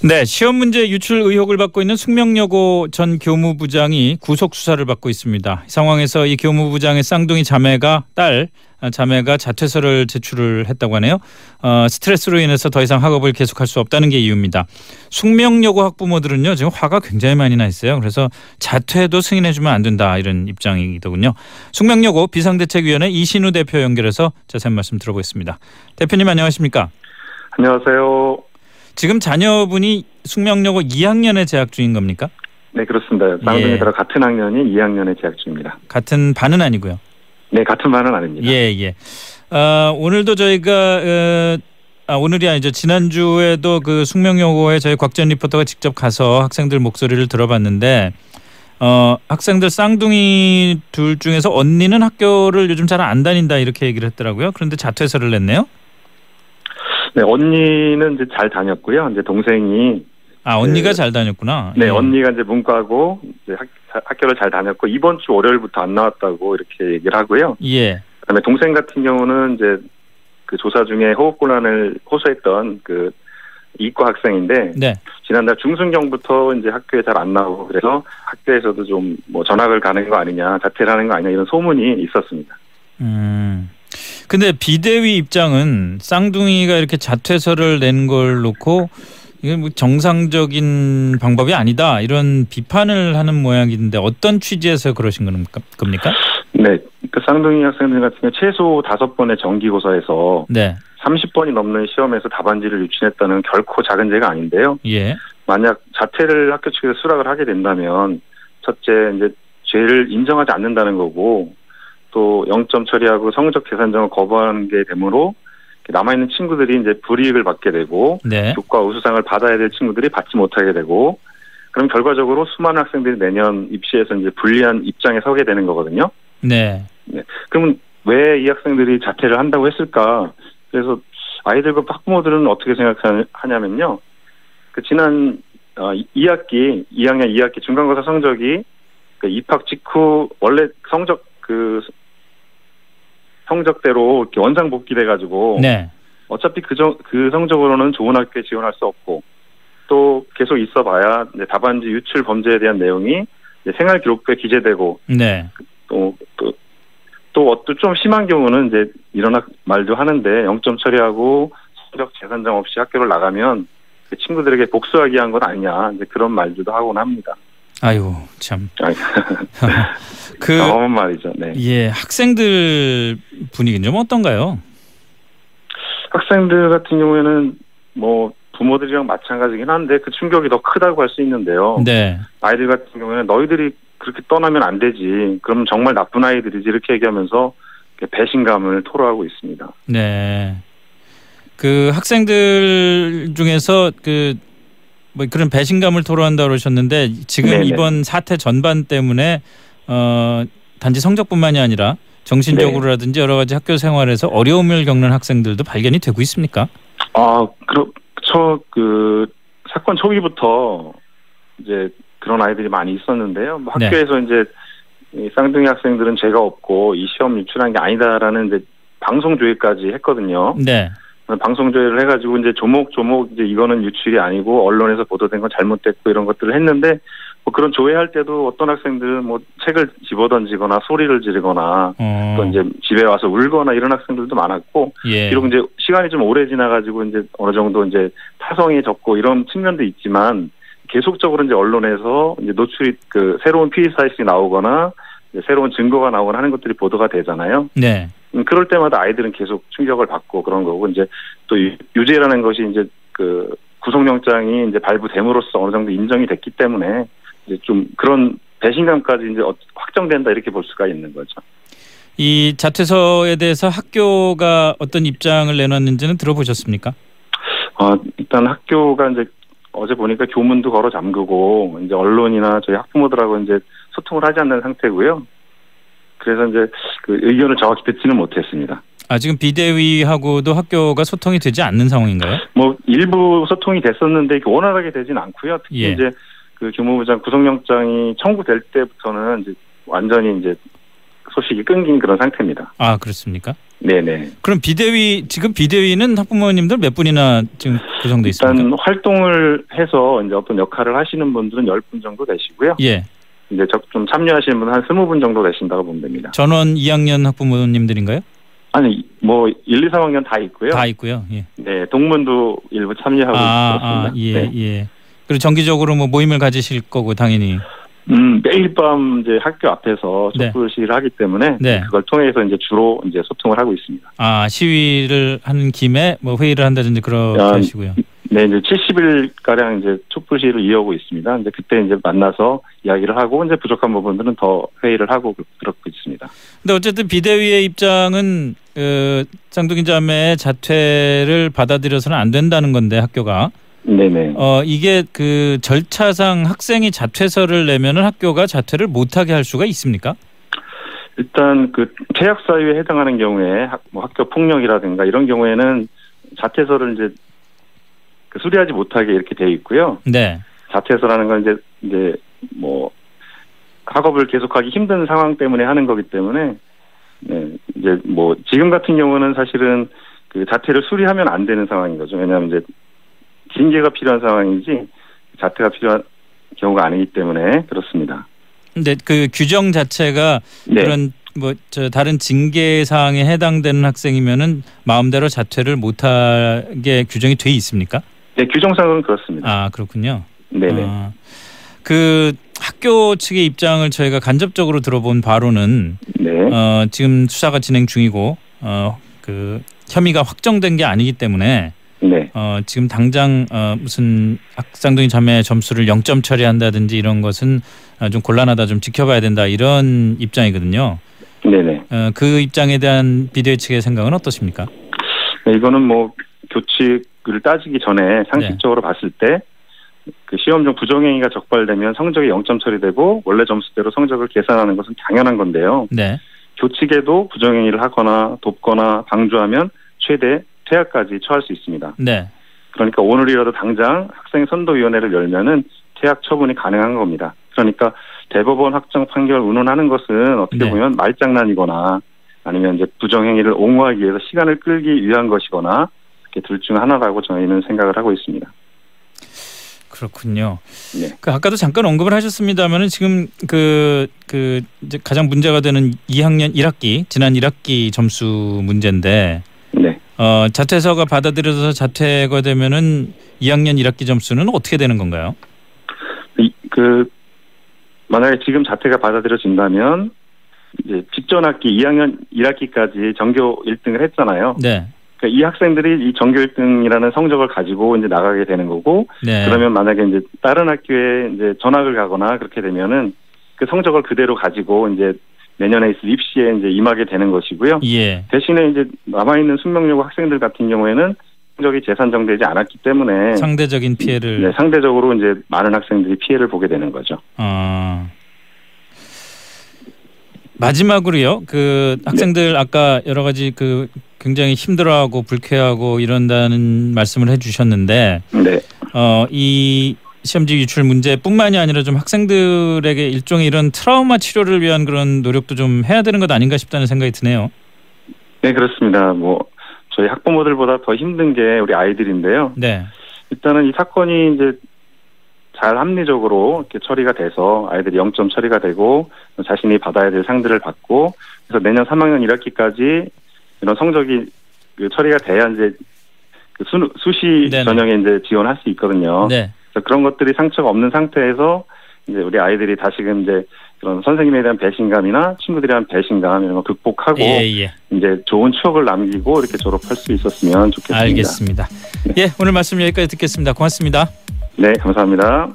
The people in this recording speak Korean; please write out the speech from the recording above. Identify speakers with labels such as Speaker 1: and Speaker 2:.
Speaker 1: 네, 시험 문제 유출 의혹을 받고 있는 숙명여고 전 교무부장이 구속 수사를 받고 있습니다. 이 상황에서 이 교무부장의 쌍둥이 자매가 딸 아, 자매가 자퇴서를 제출을 했다고 하네요. 어, 스트레스로 인해서 더 이상 학업을 계속할 수 없다는 게 이유입니다. 숙명여고 학부모들은요 지금 화가 굉장히 많이 나 있어요. 그래서 자퇴도 승인해주면 안 된다 이런 입장이더군요. 숙명여고 비상대책위원회 이신우 대표 연결해서 자세한 말씀 들어보겠습니다. 대표님 안녕하십니까?
Speaker 2: 안녕하세요.
Speaker 1: 지금 자녀분이 숙명여고 2학년에 재학 중인 겁니까?
Speaker 2: 네 그렇습니다. 쌍둥이
Speaker 1: 예.
Speaker 2: 들어 같은 학년이 2학년에 재학 중입니다.
Speaker 1: 같은 반은 아니고요.
Speaker 2: 네 같은 반은 아닙니다.
Speaker 1: 예, 예. 아, 오늘도 저희가 어, 아, 오늘이 아니죠. 지난주에도 그 숙명여고에 저희 곽전 리포터가 직접 가서 학생들 목소리를 들어봤는데 어, 학생들 쌍둥이 둘 중에서 언니는 학교를 요즘 잘 안 다닌다 이렇게 얘기를 했더라고요. 그런데 자퇴서를 냈네요.
Speaker 2: 네 언니는 이제 잘 다녔고요. 이제 동생이
Speaker 1: 아, 언니가
Speaker 2: 네.
Speaker 1: 잘 다녔구나.
Speaker 2: 네
Speaker 1: 예.
Speaker 2: 언니가 이제 문과고 이제 학, 자- 학교를 잘 다녔고 이번 주 월요일부터 안 나왔다고 이렇게 얘기를 하고요.
Speaker 1: 예.
Speaker 2: 그다음에 동생 같은 경우는 이제 그 조사 중에 호흡곤란을 호소했던 그 이과 학생인데
Speaker 1: 네.
Speaker 2: 지난달 중순경부터 이제 학교에 잘 안 나오고 그래서 학교에서도 좀 뭐 전학을 가는 거 아니냐 자퇴를 하는 거 아니냐 이런 소문이 있었습니다.
Speaker 1: 음. 근데 비대위 입장은 쌍둥이가 이렇게 자퇴서를 낸 걸 놓고 이게 뭐 정상적인 방법이 아니다 이런 비판을 하는 모양인데 어떤 취지에서 그러신 겁니까? 겁니까?
Speaker 2: 네, 그 쌍둥이 학생들 같은 경우 최소 다섯 번의 정기고사에서
Speaker 1: 네,
Speaker 2: 30번이 넘는 시험에서 답안지를 유출했다는 결코 작은 죄가 아닌데요.
Speaker 1: 예,
Speaker 2: 만약 자퇴를 학교 측에서 수락을 하게 된다면 첫째 이제 죄를 인정하지 않는다는 거고 또 영점 처리하고 성적 계산점을 거부하는 게 되므로 남아 있는 친구들이 이제 불이익을 받게 되고
Speaker 1: 네,
Speaker 2: 교과 우수상을 받아야 될 친구들이 받지 못하게 되고 그럼 결과적으로 수많은 학생들이 내년 입시에서 이제 불리한 입장에 서게 되는 거거든요.
Speaker 1: 네.
Speaker 2: 그러면 왜 이 학생들이 자퇴를 한다고 했을까? 그래서 아이들과 학부모들은 어떻게 생각하냐면요. 그 지난 어, 2학기, 2학년 2학기 중간고사 성적이 그 입학 직후 원래 성적 그 성적대로 이렇게 원상 복귀돼 가지고
Speaker 1: 네.
Speaker 2: 어차피 그, 정, 그 성적으로는 좋은 학교에 지원할 수 없고 또 계속 있어봐야 이제 답안지 유출 범죄에 대한 내용이 이제 생활기록부에 기재되고
Speaker 1: 네.
Speaker 2: 또, 또, 또, 어떤 좀 심한 경우는 이제 이런 학- 말도 하는데 영점 처리하고 성적 재산정 없이 학교를 나가면 그 친구들에게 복수하기 위한 건 아니냐 이제 그런 말들도 하곤 합니다.
Speaker 1: 아이고 참.
Speaker 2: 아이,
Speaker 1: 그
Speaker 2: 경험한 말이죠. 네.
Speaker 1: 예, 학생들 분위기는 좀 어떤가요?
Speaker 2: 학생들 같은 경우에는 뭐 부모들이랑 마찬가지긴 한데 그 충격이 더 크다고 할 수 있는데요.
Speaker 1: 네.
Speaker 2: 아이들 같은 경우에는 너희들이 그렇게 떠나면 안 되지. 그럼 정말 나쁜 아이들이지 이렇게 얘기하면서 이렇게 배신감을 토로하고 있습니다.
Speaker 1: 네. 그 학생들 중에서 그 뭐 그런 배신감을 토로한다 그러셨는데 지금
Speaker 2: 네네.
Speaker 1: 이번 사태 전반 때문에 어 단지 성적뿐만이 아니라 정신적으로라든지 여러 가지 학교 생활에서 어려움을 겪는 학생들도 발견이 되고 있습니까?
Speaker 2: 아, 그렇죠. 그 사건 초기부터 이제 그런 아이들이 많이 있었는데요. 뭐
Speaker 1: 네.
Speaker 2: 학교에서 이제 이 쌍둥이 학생들은 죄가 없고 이 시험 유출한 게 아니다라는 이제 방송 조회까지 했거든요.
Speaker 1: 네.
Speaker 2: 방송 조회를 해가지고 이제 조목조목 이제 이거는 유출이 아니고 언론에서 보도된 건 잘못됐고 이런 것들을 했는데 뭐 그런 조회할 때도 어떤 학생들은 뭐 책을 집어던지거나 소리를 지르거나
Speaker 1: 어.
Speaker 2: 또 이제 집에 와서 울거나 이런 학생들도 많았고
Speaker 1: 예.
Speaker 2: 비록 이제 시간이 좀 오래 지나가지고 이제 어느 정도 이제 타성이 적고 이런 측면도 있지만 계속적으로 이제 언론에서 이제 노출이 그 새로운 피의 사실이 나오거나 이제 새로운 증거가 나오거나 하는 것들이 보도가 되잖아요.
Speaker 1: 네.
Speaker 2: 음, 그럴 때마다 아이들은 계속 충격을 받고 그런 거고 이제 또 유- 유죄라는 것이 이제 그 구속영장이 이제 발부됨으로써 어느 정도 인정이 됐기 때문에 이제 좀 그런 배신감까지 이제 어- 확정된다 이렇게 볼 수가 있는 거죠.
Speaker 1: 이 자퇴서에 대해서 학교가 어떤 입장을 내놨는지는 들어보셨습니까?
Speaker 2: 어, 일단 학교가 이제 어제 보니까 교문도 걸어 잠그고 이제 언론이나 저희 학부모들하고 이제 소통을 하지 않는 상태고요. 그래서 이제 그 의견을 정확히 듣지는 못했습니다.
Speaker 1: 아 지금 비대위하고도 학교가 소통이 되지 않는 상황인가요?
Speaker 2: 뭐 일부 소통이 됐었는데 이렇게 원활하게 되진 않고요. 특히
Speaker 1: 예.
Speaker 2: 이제 그 교무부장 구속영장이 청구될 때부터는 이제 완전히 이제 그 소식이 끊긴 그런 상태입니다.
Speaker 1: 아 그렇습니까?
Speaker 2: 네네.
Speaker 1: 그럼 비대위 지금 비대위는 학부모님들 몇 분이나 지금 구성돼 있습니까?
Speaker 2: 일단 활동을 해서 이제 어떤 역할을 하시는 분들은 10분 정도 되시고요.
Speaker 1: 예,
Speaker 2: 이제 적- 좀 참여하시는 분은 한 20분 정도 되신다고 보면 됩니다.
Speaker 1: 전원 2학년 학부모님들인가요?
Speaker 2: 아니, 뭐 1, 2, 3학년 다 있고요.
Speaker 1: 다 있고요. 예.
Speaker 2: 네, 동문도 일부 참여하고
Speaker 1: 아, 아,
Speaker 2: 있습니다.
Speaker 1: 예,
Speaker 2: 네.
Speaker 1: 예. 그리고 정기적으로 뭐 모임을 가지실 거고 당연히.
Speaker 2: 음, 매일 밤 이제 학교 앞에서
Speaker 1: 네.
Speaker 2: 촛불 시위를 하기 때문에
Speaker 1: 네.
Speaker 2: 그걸 통해서 이제 주로 이제 소통을 하고 있습니다.
Speaker 1: 아 시위를 하는 김에 뭐 회의를 한다든지 그렇게
Speaker 2: 아,
Speaker 1: 하시고요.
Speaker 2: 네, 이제 70일 가량 이제 촛불 시위를 이어오고 있습니다. 이제 그때 이제 만나서 이야기를 하고 이제 부족한 부분들은 더 회의를 하고 그- 그렇고 있습니다.
Speaker 1: 근데 어쨌든 비대위의 입장은 그 쌍둥이 자매의 자퇴를 받아들여서는 안 된다는 건데 학교가
Speaker 2: 네네.
Speaker 1: 어 이게 그 절차상 학생이 자퇴서를 내면은 학교가 자퇴를 못하게 할 수가 있습니까?
Speaker 2: 일단 그 퇴학사유에 해당하는 경우에 학, 뭐 학교 폭력이라든가 이런 경우에는 자퇴서를 이제 그 수리하지 못하게 이렇게 돼 있고요.
Speaker 1: 네.
Speaker 2: 자퇴서라는 건 이제 이제 뭐 학업을 계속하기 힘든 상황 때문에 하는 거기 때문에 네, 이제 뭐 지금 같은 경우는 사실은 그 자퇴를 수리하면 안 되는 상황인 거죠. 왜냐하면 이제 징계가 필요한 상황이지 자퇴가 필요한 경우가 아니기 때문에 그렇습니다.
Speaker 1: 근데 그 규정 자체가
Speaker 2: 네,
Speaker 1: 그런 뭐 저 다른 징계 사항에 해당되는 학생이면은 마음대로 자퇴를 못하게 규정이 돼 있습니까?
Speaker 2: 네, 규정상은 그렇습니다.
Speaker 1: 아 그렇군요.
Speaker 2: 네네.
Speaker 1: 아, 그 학교 측의 입장을 저희가 간접적으로 들어본 바로는
Speaker 2: 네.
Speaker 1: 어, 지금 수사가 진행 중이고 어, 그 혐의가 확정된 게 아니기 때문에
Speaker 2: 네.
Speaker 1: 어, 지금 당장 어, 무슨 악상둥이 자매 점수를 0점 처리한다든지 이런 것은 어, 좀 곤란하다 좀 지켜봐야 된다 이런 입장이거든요.
Speaker 2: 네네.
Speaker 1: 어, 그 입장에 대한 비대위 측의 생각은 어떠십니까?
Speaker 2: 네, 이거는 뭐 교칙을 따지기 전에 상식적으로 봤을 때 그 시험 중 부정행위가 적발되면 성적이 0점 처리되고 원래 점수대로 성적을 계산하는 것은 당연한 건데요.
Speaker 1: 네.
Speaker 2: 교칙에도 부정행위를 하거나 돕거나 방조하면 최대 퇴학까지 처할 수 있습니다.
Speaker 1: 네.
Speaker 2: 그러니까 오늘이라도 당장 학생 선도위원회를 열면은 퇴학 처분이 가능한 겁니다. 그러니까 대법원 확정 판결 운운하는 것은 어떻게
Speaker 1: 네.
Speaker 2: 보면 말장난이거나 아니면 이제 부정행위를 옹호하기 위해서 시간을 끌기 위한 것이거나 이렇게 둘 중 하나라고 저희는 생각을 하고 있습니다.
Speaker 1: 그렇군요.
Speaker 2: 네.
Speaker 1: 그 아까도 잠깐 언급을 하셨습니다만은 지금 그, 그 이제 가장 문제가 되는 2학년 1학기 지난 1학기 점수 문제인데
Speaker 2: 네.
Speaker 1: 어, 자퇴서가 받아들여져서 자퇴가 되면은 2학년 1학기 점수는 어떻게 되는 건가요?
Speaker 2: 이- 그 만약에 지금 자퇴가 받아들여진다면 이제 직전 학기 2학년 1학기까지 전교 1등을 했잖아요.
Speaker 1: 네.
Speaker 2: 그러니까 이 학생들이 이 전교 1등이라는 성적을 가지고 이제 나가게 되는 거고
Speaker 1: 네.
Speaker 2: 그러면 만약에 이제 다른 학교에 이제 전학을 가거나 그렇게 되면은 그 성적을 그대로 가지고 이제 내년에 있을 입시에 이제 임하게 되는 것이고요.
Speaker 1: 예.
Speaker 2: 대신에 이제 남아있는 숙명여고 학생들 같은 경우에는 성적이 재산정되지 않았기 때문에
Speaker 1: 상대적인 피해를
Speaker 2: 예. 네, 상대적으로 이제 많은 학생들이 피해를 보게 되는 거죠.
Speaker 1: 어. 마지막으로요. 그 학생들
Speaker 2: 네.
Speaker 1: 아까 여러 가지 그 굉장히 힘들어하고 불쾌하고 이런다는 말씀을 해 주셨는데
Speaker 2: 네,
Speaker 1: 어, 이 시험지 유출 문제뿐만이 아니라 좀 학생들에게 일종의 이런 트라우마 치료를 위한 그런 노력도 좀 해야 되는 것 아닌가 싶다는 생각이 드네요.
Speaker 2: 네 그렇습니다. 뭐 저희 학부모들보다 더 힘든 게 우리 아이들인데요.
Speaker 1: 네.
Speaker 2: 일단은 이 사건이 이제 잘 합리적으로 이렇게 처리가 돼서 아이들이 0점 처리가 되고 자신이 받아야 될 상들을 받고 그래서 내년 3학년 1학기까지 이런 성적이 그 처리가 돼야 이제 그 수, 수시
Speaker 1: 네네.
Speaker 2: 전형에 이제 지원할 수 있거든요.
Speaker 1: 네.
Speaker 2: 그래서 그런 것들이 상처가 없는 상태에서 이제 우리 아이들이 다시금 이제 그런 선생님에 대한 배신감이나 친구들에 대한 배신감 이런 거 극복하고
Speaker 1: 예, 예.
Speaker 2: 이제 좋은 추억을 남기고 이렇게 졸업할 수 있었으면 좋겠습니다.
Speaker 1: 알겠습니다. 예, 오늘 말씀 여기까지 듣겠습니다. 고맙습니다.
Speaker 2: 네, 감사합니다.